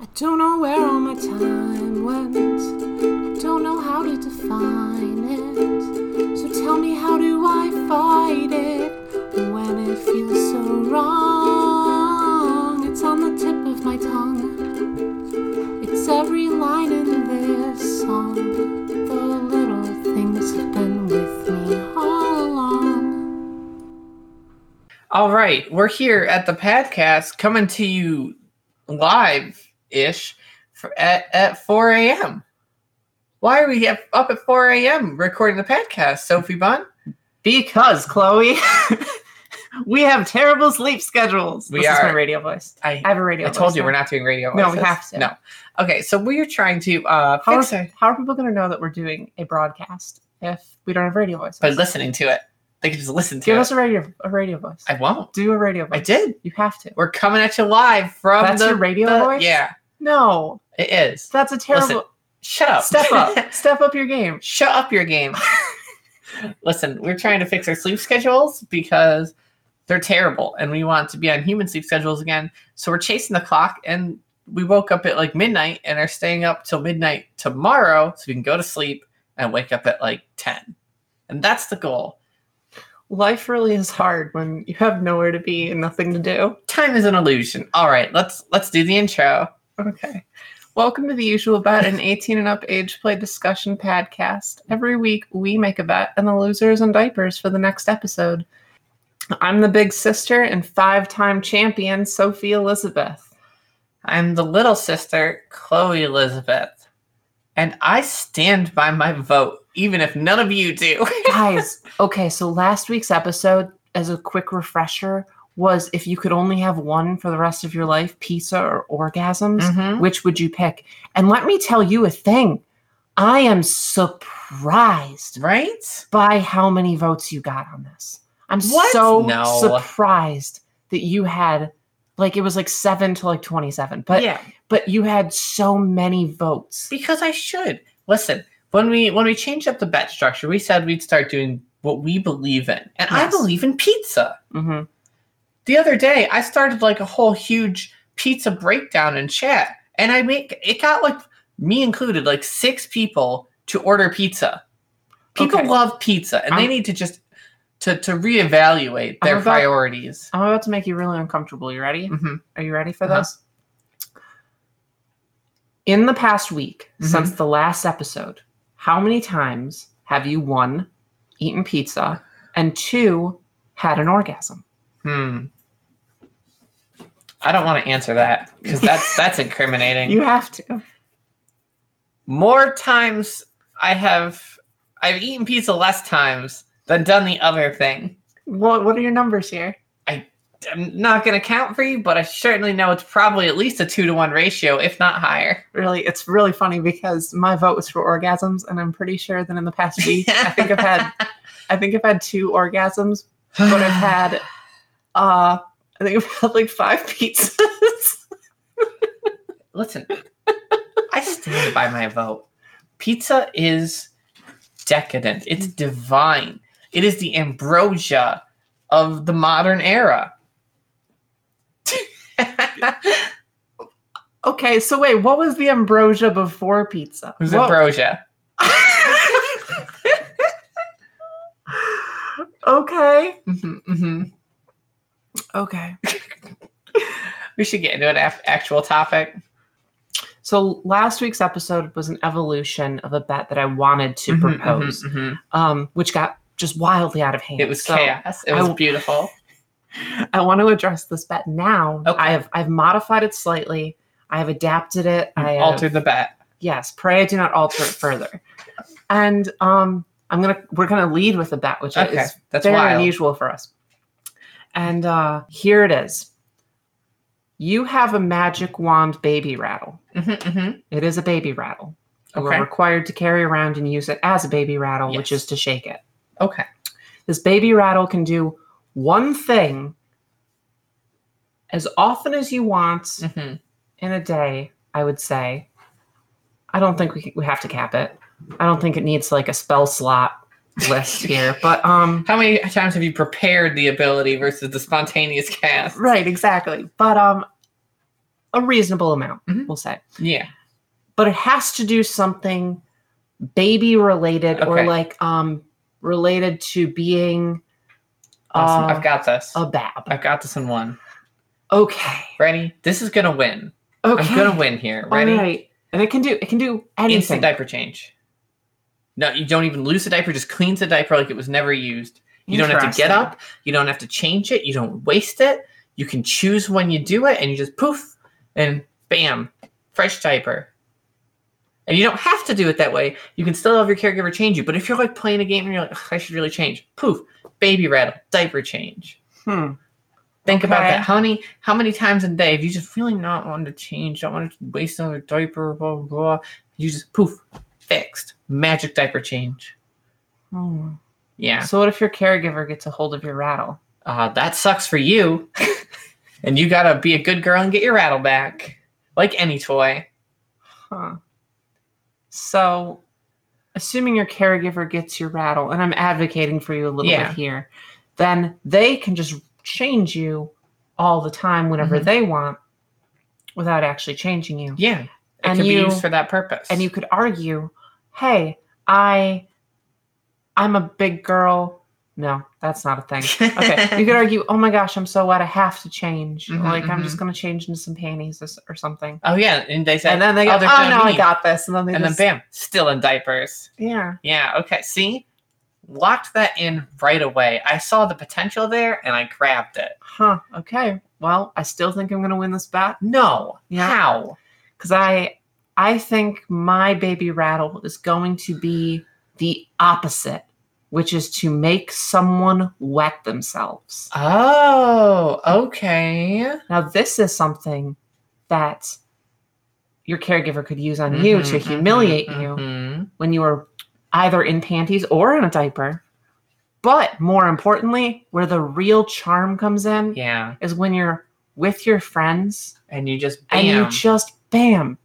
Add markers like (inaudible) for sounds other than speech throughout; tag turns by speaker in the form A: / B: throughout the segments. A: I don't know where all my time went. I don't know how to define it. So tell me, how do I fight it when it feels so wrong? It's on the tip of my tongue. It's every line in this song. The little things have been with me all along.
B: All right, we're here at the podcast coming to you live ish at, at 4 a.m. Why are we up up at 4 a.m. recording the podcast, Sophie Bond?
C: Because, Chloe, (laughs) we have terrible sleep schedules.
B: We
C: this is my
B: are.
C: radio voice.
B: I,
C: I have a radio
B: I
C: voice.
B: told you
C: now.
B: we're not doing radio.
C: No, we
B: voices.
C: have to.
B: No. Okay, so we are trying to uh,
C: How
B: fix
C: are,
B: it
C: how are people going to know that we're doing a broadcast if we don't have radio voices?
B: by listening to it. They can just listen to
C: Give
B: it.
C: us a radio a radio voice.
B: I won't.
C: Do a radio
B: I
C: voice.
B: did.
C: You have to.
B: We're coming at you live from
C: That's
B: the
C: your radio
B: the-
C: voice?
B: Yeah,
C: No,
B: it is.
C: that's a terrible.
B: Shut up. (laughs)
C: Step up. Step up your game.
B: Shut up your game. (laughs) Listen, we're trying to fix our sleep schedules because they're terrible and we want to be on human sleep schedules again. So we're chasing the clock and we woke up at like midnight and are staying up till midnight tomorrow so we can go to sleep and wake up at like 10. And that's the goal.
C: Life really is hard when you have nowhere to be and nothing to do.
B: Time is an illusion. All right, let's let's do the intro.
C: Okay. Welcome to the usual bet, an 18 and up age play discussion podcast. Every week we make a bet, and the loser is in diapers for the next episode. I'm the big sister and five time champion, Sophie Elizabeth.
B: I'm the little sister, Chloe Elizabeth, and I stand by my vote even if none of you do. (laughs)
A: Mm-hmm.
C: Guys, okay, so last week's episode, as a quick refresher, was if you could only have one for the rest of your life, pizza or orgasms,
B: Mhm.
C: which would you pick? And let me tell you a thing I am surprised
B: Right?
C: by how many votes you got on this. I'm
B: What?
C: so
B: No.
C: surprised that you had like it was like 7 to like 27, but
B: yeah,
C: but you had so many votes.
B: because I should. Listen, when we when we changed up the bet structure, we said we'd start doing what we believe in. And I
C: Yes.
B: believe in pizza.
C: Mhm.
B: The other day, I started like a whole huge pizza breakdown in chat, and I make it got like me included, like six people to order pizza. People
C: Okay.
B: love pizza, and they
C: I'm-
B: need to just to to reevaluate their
C: I'm about-
B: priorities.
C: I'm about to make you really uncomfortable. You ready?
B: Mhm.
C: Are you ready for
B: Uh-huh.
C: this? In the past week,
B: Mhm.
C: since the last episode, how many times have you one eaten pizza and two had an orgasm?
B: Hmm. I don't want to answer that because that's that's incriminating.
C: You have to.
B: more times I have I've eaten pizza less times than done the other thing.
C: What what are your numbers here?
B: I'm not gonna count for you, but I certainly know it's probably at least a two to one ratio, if not higher.
C: really it's really funny because my vote was for orgasms and i'm pretty sure that in the past week i think
B: (laughs)
C: i've had i think i've had two orgasms but i've (sighs) had uh i think i've had like five pizzas (laughs)
B: Listen, I stand by my vote. Pizza is decadent. It's divine. It is the ambrosia of the modern era. (laughs) it
C: okay so wait what was the ambrosia before pizza
B: was
C: What-
B: ambrosia.
C: (laughs) okay
B: Mhm, mhm.
C: okay
B: We should get into an af- actual topic.
C: so last week's episode was an evolution of a bet that i wanted to propose
B: Mhm, mhm,
C: um which got just wildly out of
B: mhm.
C: hand
B: It was
C: So-
B: chaos. It
C: I
B: was
C: will-
B: beautiful.
C: I want to address this bet now.
B: Okay.
C: I have I've modified it slightly. I have adapted it. I have,
B: Alter the bet.
C: Yes, pray I do not alter it further. And um, I'm gonna we're gonna lead with a bet, which
B: Okay,
C: is
B: that's
C: very
B: wild.
C: unusual for us. And uh, here it is. You have a magic wand baby rattle.
B: Mhm, mhm.
C: It is a baby rattle. You
B: Okay.
C: are required to carry around and use it as a baby rattle, which
B: Yes.
C: is to shake it.
B: Okay.
C: This baby rattle can do one thing as often as you want
B: Mhm.
C: in a day, I would say. I don't think we, can- we have to cap it. I don't think it needs like a spell slot list here, but um
B: How many times have you prepared the ability versus the spontaneous cast?
C: right, exactly. But um a reasonable amount,
B: Mhm.
C: we'll say.
B: Yeah.
C: But it has to do something baby related or
B: Okay.
C: like um related to being
B: Awesome.
C: uh,
B: I've got this.
C: a bab.
B: I've got this in one.
C: Okay.
B: Ready? This is gonna win.
C: Okay.
B: I'm gonna win here. Ready?
C: All right. And it can do it can do anything.
B: Instant diaper change. No, you don't even lose the diaper. Just cleans the diaper like it was never used. You don't have to get
C: Interesting.
B: up. You don't have to change it. You don't waste it. You can choose when you do it, and you just poof, and bam, fresh diaper. And you don't have to do it that way. You can still have your caregiver change you. But if you're like playing a game and you're like, "Ugh, I should really change, poof, baby rattle, diaper change.
C: Hmm.
B: Think about
C: Okay.
B: that. How many how many times a day have you just really not wanted to change, don't want to waste another diaper, blah blah blah. You just poof, fixed. Magic diaper change.
C: Hmm.
B: Yeah.
C: So what if your caregiver gets a hold of your rattle?
B: Uh, that sucks for you.
C: (laughs)
B: and you gotta be a good girl and get your rattle back. Like any toy.
C: Huh. So assuming your caregiver gets your rattle, and I'm advocating for you a little
B: Yeah.
C: bit here, then they can just change you all the time whenever
B: Mhm.
C: they want without actually changing you.
B: Yeah. It
C: And
B: can
C: you-
B: be used for that purpose.
C: and
B: (laughs)
C: you could argue, "Hey, I, I'm a big girl." No, that's not a thing. Okay, (laughs) you could argue, "Oh my gosh, I'm so wet, I have to change.
B: Mhm,
C: like I'm just gonna change into some panties or s- or something."
B: Oh yeah. And they say
C: And then they go,
B: oh,
C: "Oh,
B: they're feeling
C: no, I
B: mean."
C: got this," and then they
B: and then
C: just,
B: bam, still in diapers.
C: yeah,
B: Yeah, okay. See? Locked that in right away. I saw the potential there and I grabbed it.
C: huh, okay. Well, I still think I'm gonna win this bet
B: No.
C: Yeah.
B: How?
C: because I, I think my baby rattle is going to be the opposite, which is to make someone wet themselves.
B: Oh, okay.
C: Now, this is something that your caregiver could use on you
B: Mm-hmm,
C: to humiliate you
B: you.
C: when you are either in panties or in a diaper. But more importantly, where the real charm comes in
B: Yeah.
C: is when you're with your friends
B: And you just
C: and
B: bam.
C: you just bam,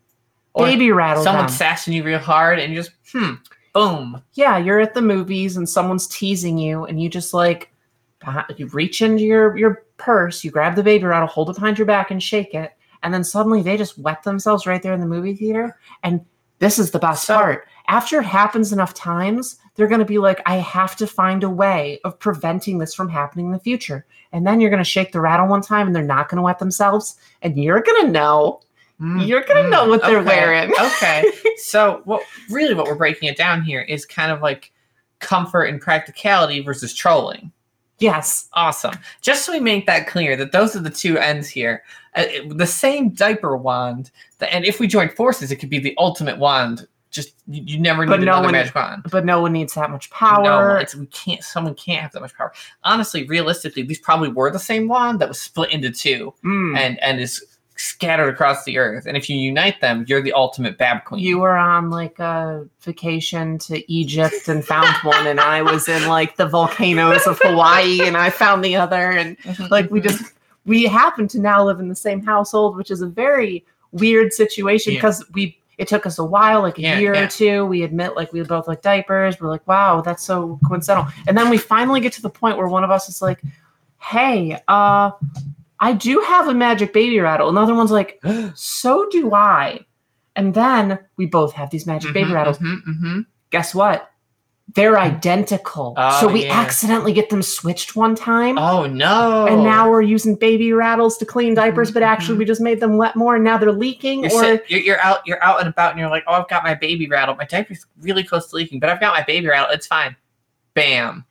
B: Or
C: baby rattle
B: someone's
C: them.
B: sassing you real hard and you just hmm. Boom.
C: yeah, you're at the movies and someone's teasing you, and you just like behi- you reach into your your purse, you grab the baby rattle, hold it behind your back, and shake it, and then suddenly they just wet themselves right there in the movie theater. And this is the best
B: So-
C: part. After it happens enough times, they're going to be like, "I have to find a way of preventing this from happening in the future." And then you're going to shake the rattle one time, and they're not going to wet themselves, and you're going to know.
B: Mm,
C: You're gonna know what they're wearing. (laughs)
B: okay. So what really what we're breaking it down here is kind of like comfort and practicality versus trolling.
C: Yes.
B: Awesome. Just so we make that clear that those are the two ends here. Uh, it- the same diaper wand, th- and if we join forces, it could be the ultimate wand. Just you, you never need
C: But no
B: another
C: one-
B: magic wand.
C: But no one needs that much
B: No,
C: power.
B: it's, we can't. Someone can't have that much power. Honestly, realistically, these probably were the same wand that was split into two
C: Mm.
B: and and is scattered across the earth. And if you unite them, you're the ultimate Bab Queen.
C: (laughs) you were on like a vacation to Egypt and found one, and I was in like the volcanoes of Hawaii and I found the other. And like we
B: (gasps)
C: just, we happen to now live in the same household, which is a very weird situation
B: Yeah.
C: because we, it took us a while, like a
B: Yeah,
C: year
B: yeah.
C: or two. We admit like we both like diapers. We're like, wow, that's so coincidental. And then we finally get to the point where one of us is like, hey, uh, I do have a magic baby rattle. Another one's like, so do I. And then we both have these magic baby rattles.
B: Mhm, mhm.
C: Guess what? They're identical.
B: Oh,
C: so we
B: Mm. yeah.
C: accidentally get them switched one time.
B: Oh no!
C: And now we're using baby rattles to clean diapers, but
B: Mhm,
C: actually we just made them wet more and now they're leaking.
B: You're,
C: or
B: sit- you're, you're out you're out and about and you're like, oh, I've got my baby rattle. My diaper's really close to leaking, but I've got my baby rattle. It's fine. Bam,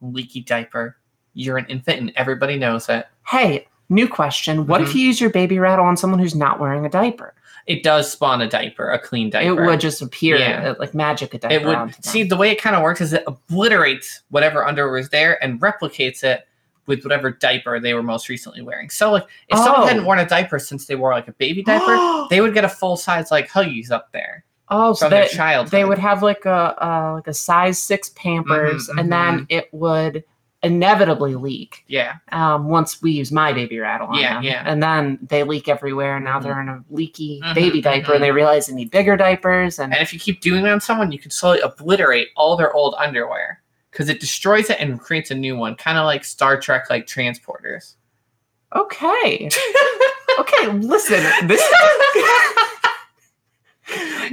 B: leaky diaper. You're an infant and everybody knows it.
C: hey, new question. What
B: Mm-hmm.
C: if you use your baby rattle on someone who's not wearing a diaper?
B: It does spawn a diaper, a clean diaper.
C: It would just appear
B: Yeah.
C: uh, like magic a diaper.
B: It would
C: onto them.
B: see the (gasps) way it kind of works is it obliterates whatever underwear was there and replicates it with whatever diaper they were most recently wearing. So like if
C: Oh.
B: someone hadn't worn a diaper since they wore like a baby diaper, they would get a full size like Huggies up there
C: (gasps) oh, so
B: from their
C: that,
B: child.
C: they would have like a uh, like a size six Pampers,
B: Mhm,
C: and then it would inevitably leak
B: yeah.
C: um, once we use my baby rattle on
B: Yeah,
C: them.
B: yeah.
C: And then they leak everywhere, and now
B: Mhm.
C: they're in a leaky
B: Mhm,
C: baby diaper, and they realize they need bigger diapers. And
B: And if you keep doing that on someone, you can slowly obliterate all their old underwear because it destroys it and (laughs) creates a new one, kind of like Star Trek, like transporters.
C: okay, Okay, listen.
B: (laughs)
C: This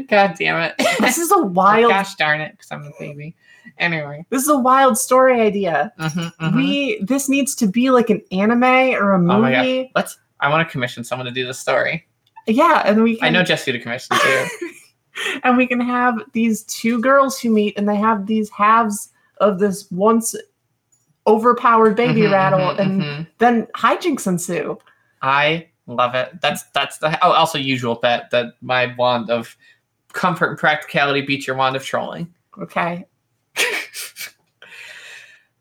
B: God damn it. (laughs)
C: this is a wild
B: Gosh darn it, because I'm a baby. Anyway.
C: this is a wild story idea.
B: mhm, mhm.
C: We this needs to be like an anime or a
B: Oh my God.
C: movie.
B: Let's. I want to commission someone to do this story.
C: yeah, and we
B: I
C: can
B: know Jesse to commission
C: (laughs)
B: too.
C: and we can have these two girls who meet and they have these halves of this once overpowered baby
B: Mhm,
C: rattle
B: mhm,
C: and
B: mhm.
C: then hijinks ensue.
B: I love it. That's that's the oh, also usual bet that my wand of comfort and practicality beats your wand of trolling.
C: Okay.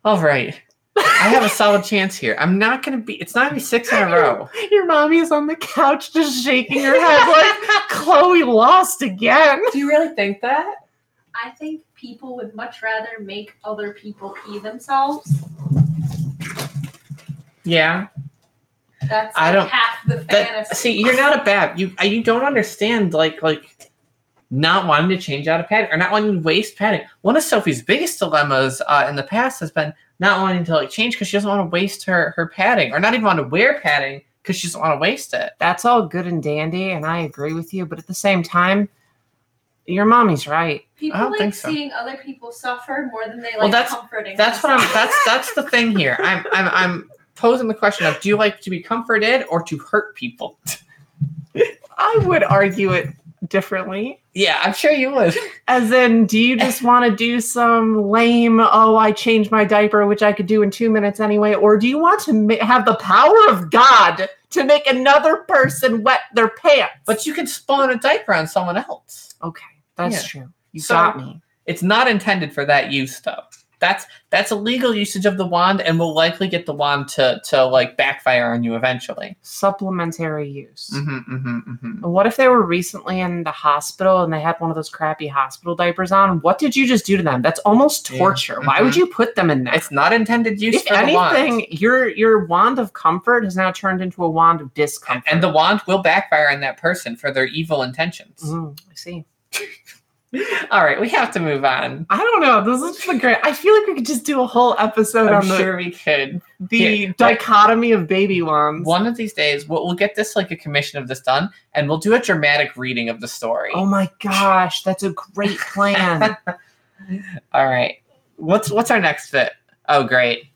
B: All right. I have a solid (laughs) chance here. I'm not gonna be it's not gonna be six in a row.
C: Your mommy is on the couch just shaking her head like Chloe lost again.
B: (laughs) Do you really think that?
A: I think people would much rather make other people pee themselves.
B: Yeah.
A: That's
B: I
A: like
B: don't-
A: half the
B: That,
A: fantasy.
B: see, you're not a bab. You you don't understand like like not wanting to change out of padding or not wanting to waste padding. One of Sophie's biggest dilemmas uh, in the past has been not wanting to like change because she doesn't want to waste her her padding or not even want to wear padding because she doesn't want to waste it.
C: That's all good and dandy, and I agree with you, but at the same time, your mommy's right.
A: people
B: I don't
A: like
B: think so.
A: seeing other people suffer more than they like
B: Well, that's-
A: comforting.
B: That's what I'm.
A: themselves.
B: That's that's the thing here. I'm I'm I'm posing the question of: Do you like to be comforted or to hurt people? (laughs)
C: I would argue it differently.
B: Yeah, I'm sure you would.
C: As in, do
B: (laughs)
C: you just want to do some lame, oh, I changed my diaper, which I could do in two minutes anyway? Or do you want to ma- have the power of God to make another person wet their pants?
B: But you can spawn a diaper on someone else.
C: okay, that's
B: Yeah.
C: true. You
B: So-
C: got me.
B: It's not intended for that use, though. That's that's a legal usage of the wand, and will likely get the wand to to like backfire on you eventually.
C: Supplementary use.
B: Mhm, mhm, mhm.
C: And What if they were recently in the hospital and they had one of those crappy hospital diapers on? What did you just do to them? That's almost
B: Yeah.
C: torture. Why would
B: Mhm.
C: you put them in that?
B: It's not intended use
C: if
B: for the wand.
C: anything, your your wand of comfort has now turned into a wand of discomfort.
B: and the wand will backfire on that person for their evil intentions.
C: Mm, I see.
B: All right, we have to move on.
C: I don't know. This is the great. I feel like we could just do a whole episode
B: I'm
C: on the,
B: sure we could.
C: the
B: Yeah.
C: dichotomy of baby wands.
B: One of these days, we'll, we'll get this like a commission of this done, and we'll do a dramatic reading of the story.
C: Oh my gosh, that's a
B: (laughs)
C: great plan.
B: All right, what's what's our next fit? Oh, great,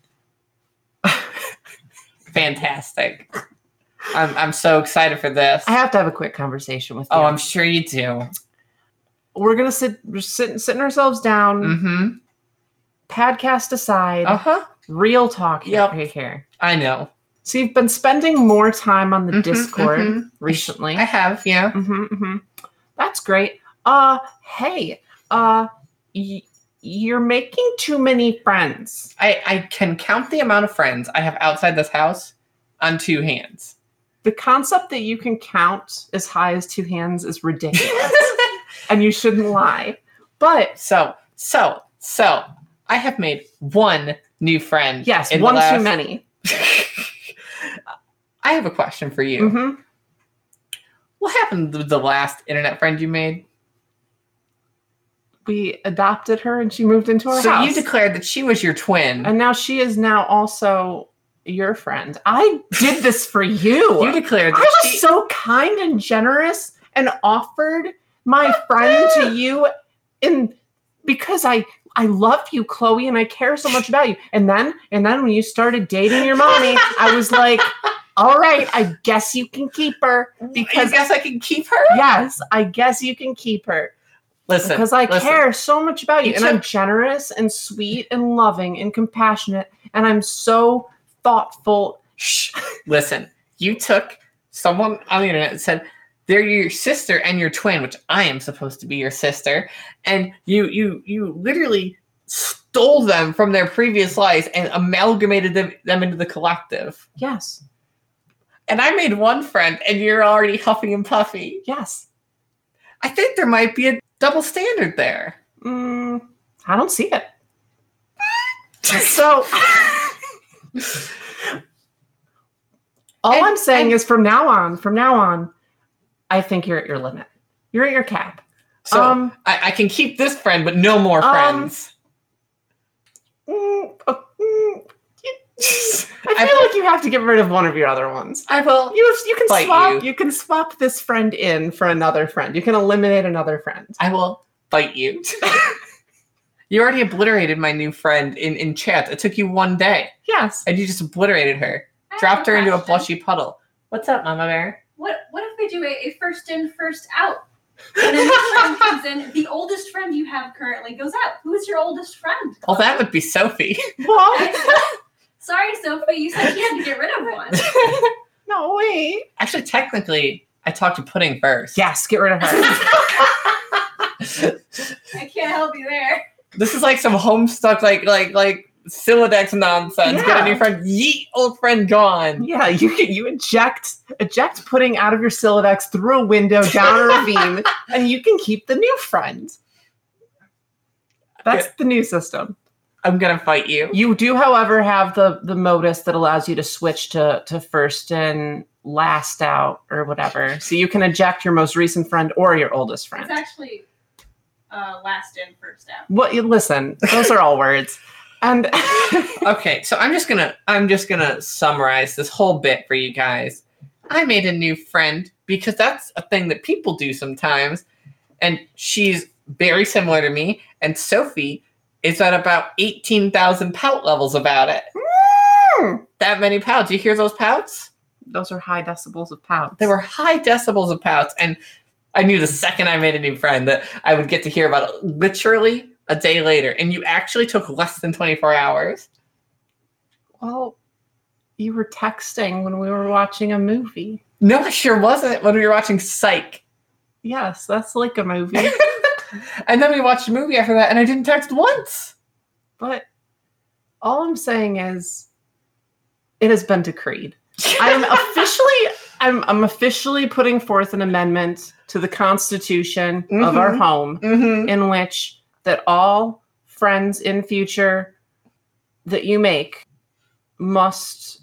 B: (laughs) fantastic! I'm I'm so excited for this.
C: I have to have a quick conversation with you.
B: oh, I'm sure you do. Mm-hmm.
C: We're gonna sit, we're sitting, sitting ourselves down,
B: Mm-hmm.
C: podcast aside,
B: Uh huh.
C: real talk here,
B: Yep.
C: here, here.
B: I know.
C: So you've been spending more time on the
B: Mhm,
C: Discord
B: mhm.
C: recently.
B: I have. Yeah.
C: Mhm, mhm. That's great. Uh, hey, uh, y- you're making too many friends.
B: I I can count the amount of friends I have outside this house on two
C: (laughs)
B: hands.
C: The concept that you can count as high as two hands is
B: (laughs)
C: ridiculous, and you shouldn't lie. But
B: So, so, so, I have made one new friend.
C: yes,
B: in the
C: one
B: last-
C: too many.
B: (laughs) I have a question for you.
C: Mhm.
B: What happened to the last internet friend you made?
C: We adopted her, and she moved into our
B: so
C: house.
B: you declared that she was your twin.
C: and now she is now also your friend. I did this for you.
B: (laughs) you declared
C: I
B: that
C: was
B: she.
C: so kind and generous and offered my friend to you and because I I love you, Chloe, and I care so much about you. And then and then when you started dating your mommy, I was
B: (laughs)
C: like, all right, I guess you can keep her.
B: because
C: because-
B: I guess I can keep her.
C: (laughs) Yes, I guess you can keep her.
B: Listen,
C: Because I
B: listen.
C: care so much about you.
B: You
C: and I'm generous and sweet and loving and compassionate. And I'm so thoughtful.
B: Shh. Listen, you took someone on the internet and said they're your sister and your twin, which I am supposed to be your sister, and you you you literally stole them from their previous lives and amalgamated them, them into the collective.
C: Yes.
B: And I made one friend, and you're already huffing and puffy.
C: Yes.
B: I think there might be a double standard there.
C: (laughs) Mm, I don't see it. So (laughs) all
B: And-
C: I'm saying
B: and-
C: is from now on, from now on, I think you're at your limit. You're at your cap.
B: So
C: um
B: I, I can keep this friend, but no more
C: Um,
B: friends.
C: mm, uh, mm, I feel like you have to get rid of one of your other ones.
B: I will.
C: You you can
B: Bite
C: swap.
B: you.
C: You. can swap this friend in for another friend. You can eliminate another friend.
B: I will fight you. you already obliterated my new friend in, in chat. It took you one day, (laughs)
C: Yes.
B: and you just obliterated her,
D: I have
B: dropped
D: a
B: her into a
D: question.
B: blushy puddle. What's up, Mama Bear?
D: What what if we do a, a first in, first out? And then this
B: (laughs)
D: friend comes in. The oldest friend you have currently goes out. Who is your oldest
B: (laughs)
D: friend?
B: Well, that would be Sophie. (laughs)
C: Well,
D: Sorry, Sophie. You said you had to get rid of one.
C: no wait.
B: Actually, technically, I talked to Pudding first.
C: Yes, get rid of her.
D: I can't help you there.
B: This is like some homestuck, like like like Silodex nonsense. Get a
C: Yeah.
B: new friend. Yeet, old friend gone.
C: yeah, you you eject eject pudding out of your Silodex through a window down a ravine, and you can keep the new friend. That's the new system.
B: I'm gonna fight you.
C: You do, however, have the the modus that allows you to switch to to first and last out or whatever. So you can eject your most recent friend or your oldest
D: It's
C: friend.
D: actually uh, last in, first out.
C: What you listen, those are all words. And (laughs)
B: Okay, so I'm just gonna I'm just gonna summarize this whole bit for you guys. I made a new friend because that's a thing that people do sometimes, and she's very similar to me. And Sophie is at about eighteen thousand pout levels about it. That many pouts. You hear those pouts?
C: those are high decibels of pounds.
B: There were high decibels of pouts, and I knew the second I made a new friend that I would get to hear about it literally a day later. And you actually took less than 24 hours.
C: well, you were texting when we were watching a movie.
B: No, I sure wasn't when we were watching Psych.
C: Yes, that's like a (laughs) movie.
B: (laughs) And then we watched a movie after that, and I didn't text once.
C: but all I'm saying is it has been decreed. I'm officially I'm I'm officially putting forth an amendment to the constitution of our
B: Mhm.
C: home
B: hmm
C: in which that all friends in future that you make must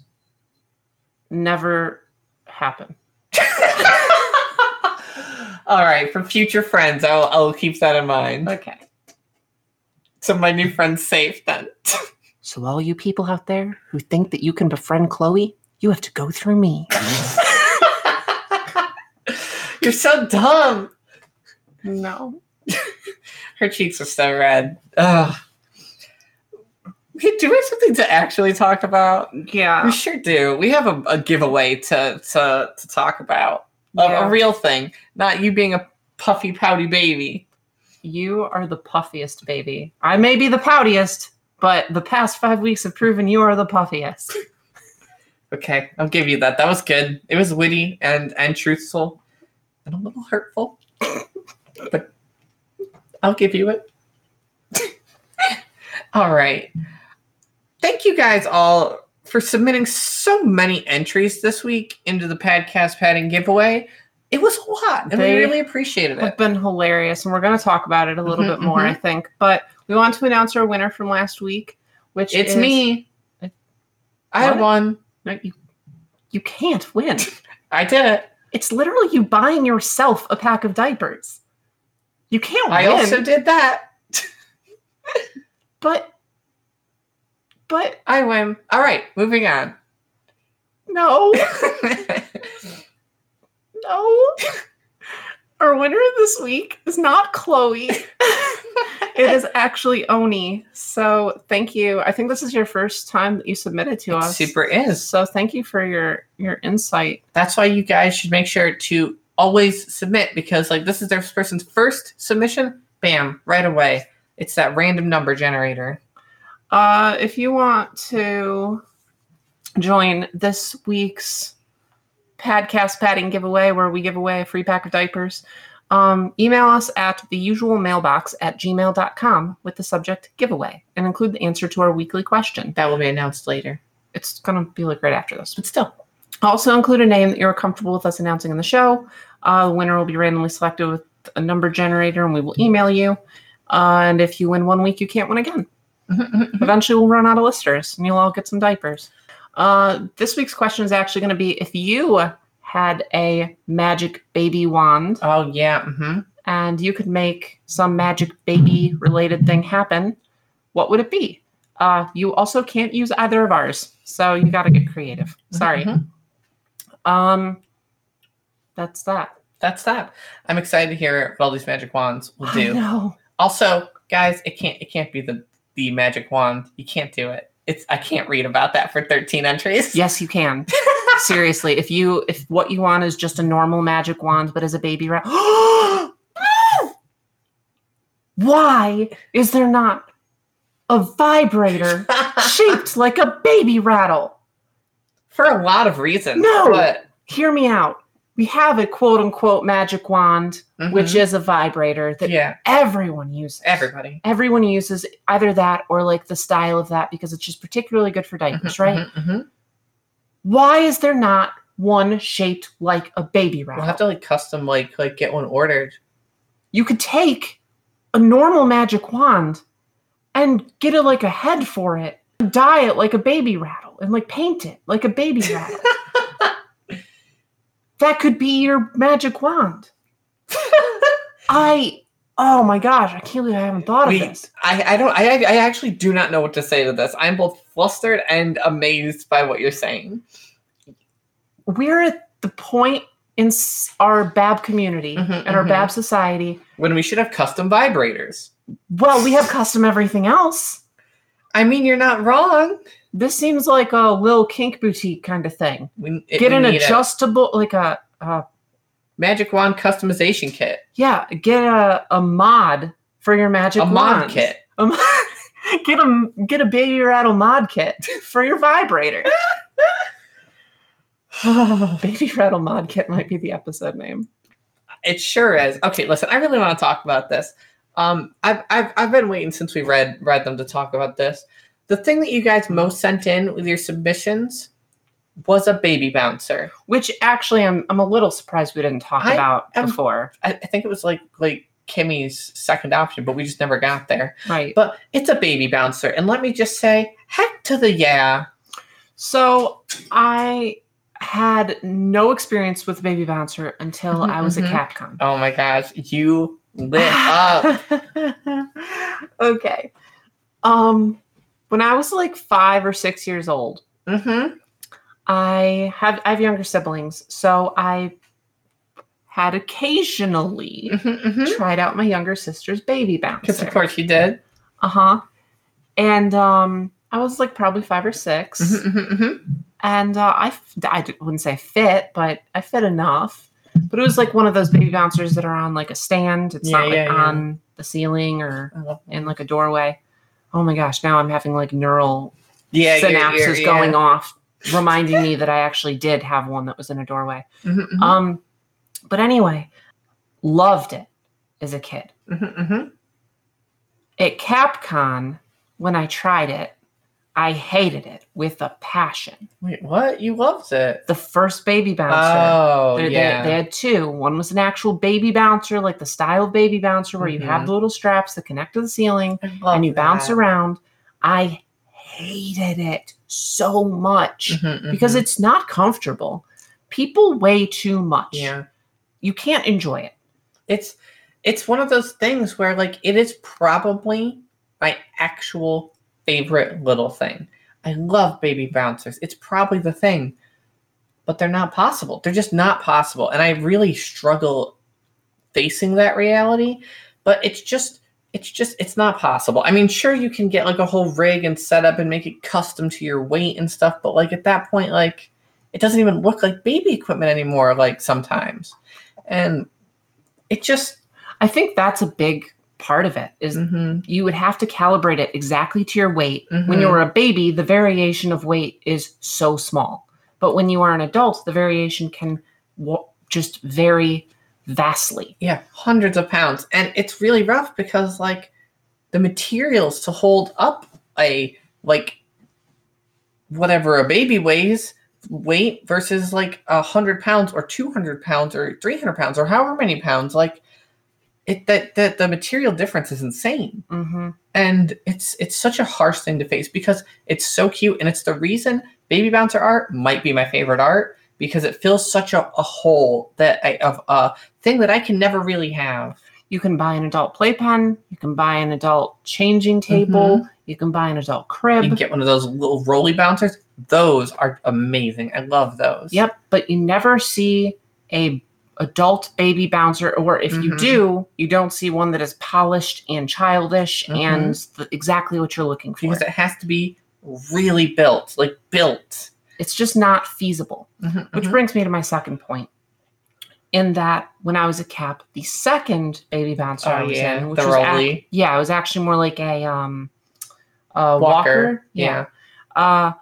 C: never happen.
B: (laughs) All right, for future friends, I'll, I'll keep that in mind.
C: Okay.
B: So my new friend's safe then. (laughs)
C: So all you people out there who think that you can befriend Chloe, you have to go through me.
B: You're so dumb.
C: No.
B: Her cheeks are so red. Ugh. We do we have something to actually talk about?
C: Yeah.
B: We sure do. We have a, a giveaway to to to talk about. A- A,
C: Yeah.
B: real thing, not you being a puffy pouty baby.
C: You are the puffiest, baby. I may be the poutiest, but the past five weeks have proven you are the puffiest.
B: (laughs) Okay, I'll give you that. That was good. It was witty and and truthful, and a little
C: (coughs)
B: hurtful, but I'll give you it. (laughs) all right. Thank you guys all for submitting so many entries this week into the podcast padding giveaway. It was a lot, and
C: They
B: we really appreciated it.
C: have been hilarious, and we're going to talk about it a little
B: Mhm,
C: bit more, I think. But we want to announce our winner from last week, which
B: It's
C: is-
B: me.
C: It-
B: I
C: What?
B: won.
C: No, you, you
B: (laughs)
C: can't win.
B: I did it.
C: it's literally you buying yourself a pack of diapers. You can't
B: I
C: win,
B: also did that.
C: but but
B: I win. All right, moving on. (laughs)
C: no,
B: (laughs)
C: no. Our winner this week is not Chloe. it is actually Oni. So thank you. I think this is your first time that you submitted to us.
B: Super is.
C: So thank you for your your insight.
B: That's why you guys should make sure to always submit because, like, this is this person's first submission. Bam, right away. It's that random number generator.
C: Uh, if you want to join this week's podcast padding giveaway, where we give away a free pack of diapers, um, email us at the usual mailbox at gmail.com with the subject giveaway and include the answer to our weekly question.
B: That will be announced (laughs) later.
C: It's going to be like right after this.
B: But still,
C: Also, include a name that you're comfortable with us announcing in the show. Uh, the winner will be randomly selected with a number generator, and we will email you. Uh, and if you win one week, you can't win again.
B: Mm-hmm.
C: Eventually, we'll run out of listeners, and you'll all get some diapers. Uh, this week's question is actually going to be if you had a magic baby wand
B: oh yeah, hmm
C: and you could make some magic baby related thing happen, what would it be? Uh, you also can't use either of ours, so you got to get creative. Sorry.
B: Mhm.
C: Um, that's that.
B: That's that. I'm excited to hear what all these magic wands will
C: I
B: do.
C: know.
B: Also, guys, it can't it can't be the the magic wand. You can't do it. It's I can't read about that for 13 entries.
C: Yes, you (laughs) can. Seriously, if you if what you want is just a normal magic wand, but as a baby rat, (gasps) why is there not a (laughs) vibrator shaped like a baby rattle?
B: (laughs) for a lot of reasons.
C: No.
B: but-
C: hear me out. We have a quote unquote magic wand,
B: Mhm.
C: which is a vibrator that
B: yeah,
C: everyone uses.
B: everybody.
C: Everyone uses either that or like the style of that because it's just particularly good for diapers,
B: Mhm,
C: right?
B: mhm, mhm.
C: Why is there not one shaped like a baby rattle?
B: We'll have to like custom like like get one ordered.
C: you could take a normal magic wand and get it like a head for it, dye it like a baby rattle, and like paint it like a baby rattle. that could be your magic wand. I oh my gosh, I can't believe I haven't thought of
B: We-
C: this.
B: I, I don't I I actually do not know what to say to this. I'm both flustered and amazed by what you're saying.
C: We're at the point in s- our Bab community and
B: Mhm,
C: our
B: mhm.
C: Bab society.
B: When we should have custom vibrators.
C: Well, we have custom everything else.
B: I mean, you're not wrong.
C: This seems like a little kink boutique kind of thing.
B: We, it-
C: get
B: we
C: an
B: need a
C: adjustable, like a, a
B: magic wand customization kit,
C: yeah, get a, a mod for your magic
B: a mod
C: wand.
B: kit.
C: A mo- (laughs) get a get a baby rattle mod kit (laughs) for
B: (laughs)
C: your vibrator. (sighs) baby rattle mod kit might be the episode name.
B: It sure is. Okay, listen, I really want to talk about this. Um, I've, I've I've been waiting since we read read them to talk about this. The thing that you guys most sent in with your submissions was a baby bouncer.
C: Which actually, I'm I'm a little surprised we didn't talk
B: I
C: about
B: am-
C: before.
B: I, I think it was like like Kimmy's second option, but we just never got there.
C: Right.
B: But it's a baby bouncer, and let me just say, heck to the yeah.
C: So I had no experience with baby bouncer until
B: Mhm,
C: I was
B: mhm.
C: at Capcom.
B: Oh my gosh, you
C: (laughs)
B: lit up.
C: okay. Um, when I was like five or six years old,
B: Mm-hmm.
C: I have I have younger siblings, so I had occasionally
B: Mm-hmm. mm-hmm.
C: tried out my younger sister's baby
B: Because
C: bouncer.
B: of course you did.
C: Uh huh. And um, I was like probably five or 6
B: Mm-hmm, mm-hmm.
C: and uh, I f- I d- wouldn't say fit, but I fit enough. But it was like one of those baby bouncers that are on like a stand. It's
B: Yeah,
C: not like
B: yeah, yeah.
C: on the ceiling or in like a doorway. Oh my gosh, now I'm having like neural
B: Yeah,
C: synapses
B: you're, you're,
C: going off, reminding me that I actually did have one that was in a doorway.
B: Mm-hmm,
C: Um, but anyway, loved it as a kid.
B: mm-hmm, mm-hmm.
C: At Capcom, when I tried it, I hated it with a passion.
B: Wait, what? You loved it.
C: The first baby bouncer.
B: Oh,
C: they, they-
B: yeah.
C: they had two. One was an actual baby bouncer, like the style of baby bouncer where you
B: Mm-hmm.
C: have the little straps that connect to the ceiling.
B: I love
C: and you bounce
B: that.
C: around. I hated it so much
B: Mhm, mhm.
C: because it's not comfortable. People weigh too much.
B: mm-hmm. yeah,
C: You can't enjoy it.
B: it's it's one of those things where like it is probably my actual favorite little thing. I love baby bouncers. It's probably the thing, but they're not possible. They're just not possible, and I really struggle facing that reality. But it's just. It's just, it's not possible. I mean, sure, you can get like a whole rig and set up and make it custom to your weight and stuff, but like at that point, like it doesn't even look like baby equipment anymore, like sometimes. And it just
C: I think that's a big part of it is
B: mm-hmm,
C: you would have to calibrate it exactly to your weight. When you
B: Mhm.
C: were a baby, the variation of weight is so small. But when you are an adult, the variation can wa- just vary vastly.
B: yeah hundreds of pounds and it's really rough because like the materials to hold up a like whatever a baby weighs weight versus like a hundred pounds or 200 pounds or 300 pounds or however many pounds like it that that the material difference is insane
C: Mhm.
B: and it's it's such a harsh thing to face because it's so cute and it's the reason baby bouncer art might be my favorite art because it fills such a, a hole that I, of a thing that I can never really have.
C: You can buy an adult playpen. You can buy an adult changing table. You can buy an adult crib.
B: Mm-hmm. You can get one of those little roly bouncers. Those are amazing. I love those.
C: Yep, but you never see a adult baby bouncer, or if you
B: Mhm.
C: do, you don't see one that is polished and childish
B: Mhm.
C: and th- exactly what you're looking for.
B: Because it has to be really built, like built.
C: It's just not feasible.
B: Mhm,
C: Which
B: mhm.
C: brings me to my second point. In that, when I was a cap, the second baby bouncer I
B: Oh,
C: was
B: yeah,
C: in, which
B: the
C: was ac-
B: Rolly.
C: yeah, it was actually more like a um, a walker,
B: Yeah.
C: uh,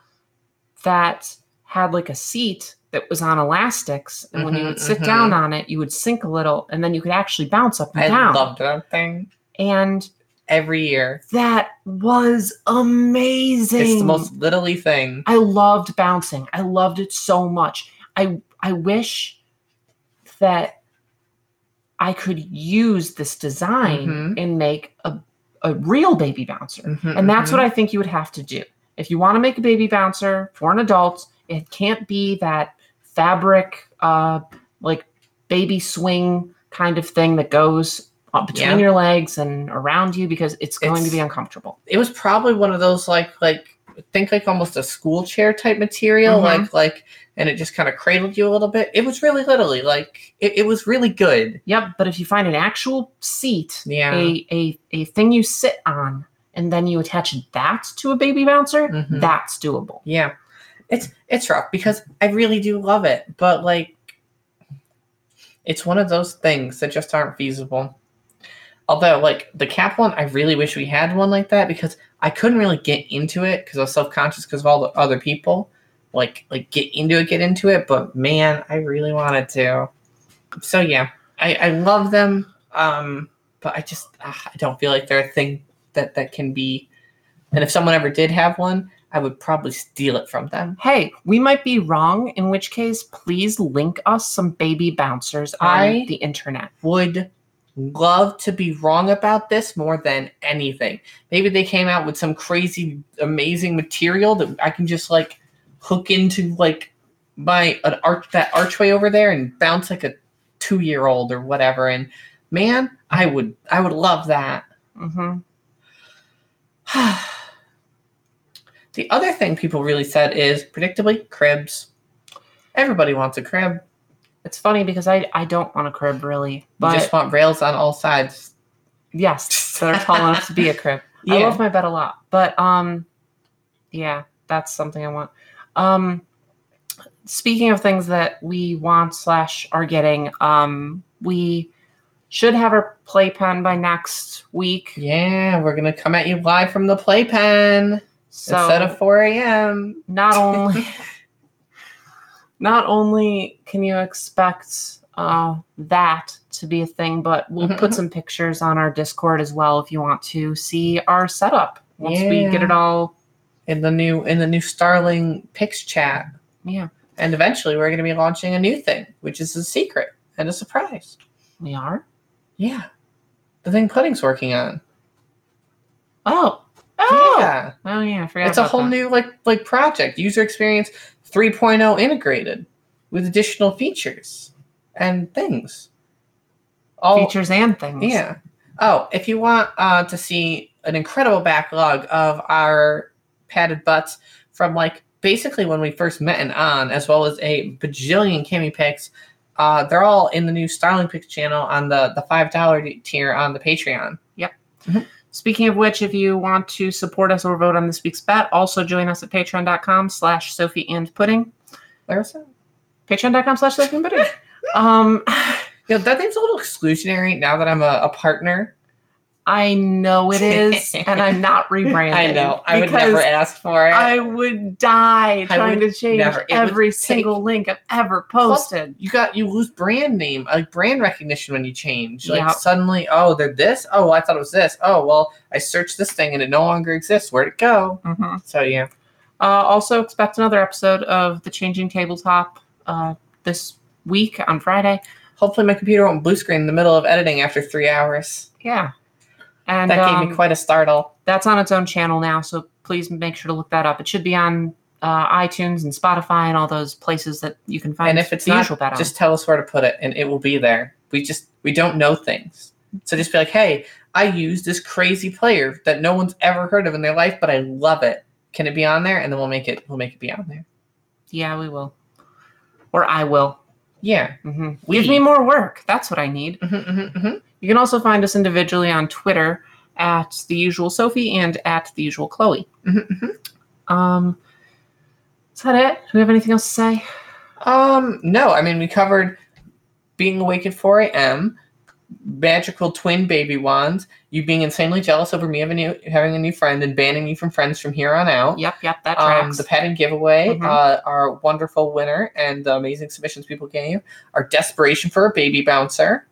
C: that had like a seat that was on elastics, and when you
B: Mhm,
C: would sit
B: mhm.
C: down on it, you would sink a little, and then you could actually bounce up and
B: I
C: down.
B: loved that thing
C: and
B: every year.
C: that was amazing.
B: It's the most littley thing.
C: I loved bouncing. I loved it so much. I I wish that I could use this design
B: Mhm.
C: and make a a real baby bouncer.
B: Mm-hmm,
C: And that's what I think you would have to do. If you want to make a baby bouncer for an adult, it can't be that fabric, uh, like baby swing kind of thing that goes up between
B: Yeah.
C: your legs and around you because it's going to
B: It's-
C: be uncomfortable.
B: it was probably one of those like like think like almost a school chair type material
C: Mhm.
B: like like and it just kind of cradled you a little bit it was really littley like it, it was really good
C: Yep. But if you find an actual seat,
B: yeah
C: a, a, a thing you sit on, and then you attach that to a baby bouncer,
B: Mhm.
C: that's doable.
B: yeah it's it's rough because i really do love it but like it's one of those things that just aren't feasible although like the cap one i really wish we had one like that because i couldn't really get into it because i was self-conscious because of all the other people like like get into it get into it but man i really wanted to so yeah i i love them um but i just ah, i don't feel like they're a thing that that can be and if someone ever did have one i would probably steal it from them
C: Hey, we might be wrong, in which case, please link us some baby bouncers on
B: I-
C: the internet.
B: would love to be wrong about this more than anything. Maybe they came out with some crazy, amazing material that I can just like hook into like my an arch that archway over there and bounce like a two year old or whatever. And man, I would I would love that. Mm-hmm.
C: hmm
B: (sighs) the other thing people really said is predictably cribs. Everybody wants a crib.
C: It's funny because I, I don't want a crib really,
B: You
C: but
B: just want rails on all sides.
C: yes,
B: (laughs)
C: so they're tall enough to be a crib. I love my bed a lot, but um, yeah, that's something I want. Um, speaking of things that we want slash are getting, um, we should have our playpen by next week.
B: Yeah, we're gonna come at you live from the playpen
C: So
B: instead of 4 a.m.
C: not only (laughs) not only can you expect uh, that to be a thing, but we'll
B: Mhm,
C: put some pictures on our Discord as well if you want to see our setup once we get
B: Yeah.
C: it all.
B: in the new in the new Starling Pix chat.
C: Yeah,
B: And eventually, we're gonna be launching a new thing, which is a secret and a surprise.
C: we are.
B: Yeah, the thing Pudding's working on.
C: Oh, oh,
B: yeah,
C: oh yeah. I forgot.
B: it's a
C: about
B: whole
C: that.
B: new like like project, user experience 3.0 integrated with additional features and things. All
C: features and things.
B: Yeah. Oh, if you want uh, to see an incredible backlog of our padded butts from like basically when we first met and on, as well as a bajillion cami pics, uh, they're all in the new Starling Pics channel on the the five dollar tier on the Patreon.
C: Speaking of which, if you want to support us or vote on this week's bet, also join us at patreon.com slash Sophie and Pudding.
B: Larissa,
C: Patreon.com slash Sophie
B: (laughs)
C: and Pudding. um,
B: you know that thing's a little exclusionary now that I'm a, a partner.
C: I know it is, and I'm not
B: (laughs)
C: rebranding.
B: I know. I would
C: because
B: never ask for it.
C: I would die trying to change
B: never. It would
C: every
B: take-
C: single link I've ever
B: Plus,
C: posted.
B: you got you lose brand name like brand recognition when you change like
C: Yeah.
B: suddenly oh they're this oh i thought it was this oh well i searched this thing and it no longer exists where'd it go
C: Mhm.
B: so yeah
C: Uh, also, expect another episode of the Changing Tabletop uh, this week on Friday.
B: hopefully my computer won't blue screen in the middle of editing after three hours
C: Yeah, and
B: that gave
C: um,
B: me quite a startle
C: that's on its own channel now. So please make sure to look that up. It should be on uh, iTunes and Spotify and all those places that you can find.
B: and if it's
C: the
B: not
C: usual bet on.
B: just tell us where to put it and it will be there we just we don't know things So just be like, hey, I use this crazy player that no one's ever heard of in their life, but I love it. Can it be on there? And then we'll make it we'll make it be on there.
C: Yeah, we will. Or I will.
B: Yeah.
C: hmm
B: We-
C: Give me more work. That's what I need.
B: hmm hmm hmm
C: You can also find us individually on Twitter at the usual Sophie and at the usual Chloe.
B: Mhm,
C: Um, is that it? Do we have anything else to say?
B: Um, no, I mean we covered being awake at 4 a.m., magical twin baby wands, you being insanely jealous over me having a new, having a new friend and banning me from friends from here on out.
C: Yep, yep, that
B: Um,
C: tracks.
B: the padded giveaway,
C: Mhm.
B: uh, our wonderful winner, and the amazing submissions people gave. Our desperation for a baby bouncer.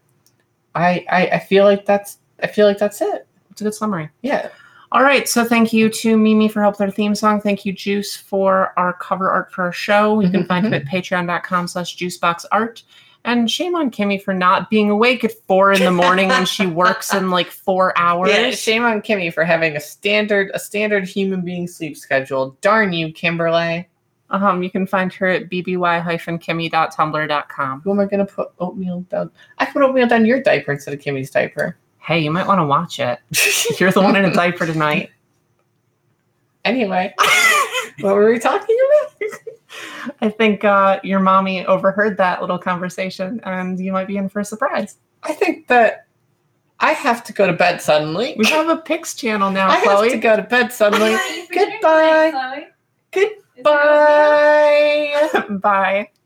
B: I, I I feel like that's I feel like that's it.
C: It's a good summary.
B: Yeah.
C: All right, so thank you to Mimi for help with our theme song. Thank you, Juice, for our cover art for our show. You
B: Mm-hmm,
C: can find him at patreon.com slash juiceboxart. And shame on Kimmy for not being awake at four in the morning when she works in like four hours.
B: (laughs) Yeah, shame on Kimmy for having a standard a standard human being sleep schedule. Darn you, Kimberly.
C: Um, you can find her at bby-kimmy.tumblr.com.
B: Who am I gonna put oatmeal down? I can put oatmeal down your diaper instead of Kimmy's diaper. (laughs)
C: Hey, you might want to watch it. You're the one in a diaper tonight. (laughs)
B: anyway, what were we talking about?
C: I think uh, your mommy overheard that little conversation and you might be in for a surprise.
B: I think that I have to go to bed suddenly.
C: We have a Pix channel now,
B: I
C: Chloe.
B: have to go to bed
D: (laughs)
B: suddenly.
D: What are you for dinner
B: goodbye. (laughs)
D: tonight, Chloe? Is there oatmeal?
B: Goodbye.
C: (laughs) Bye.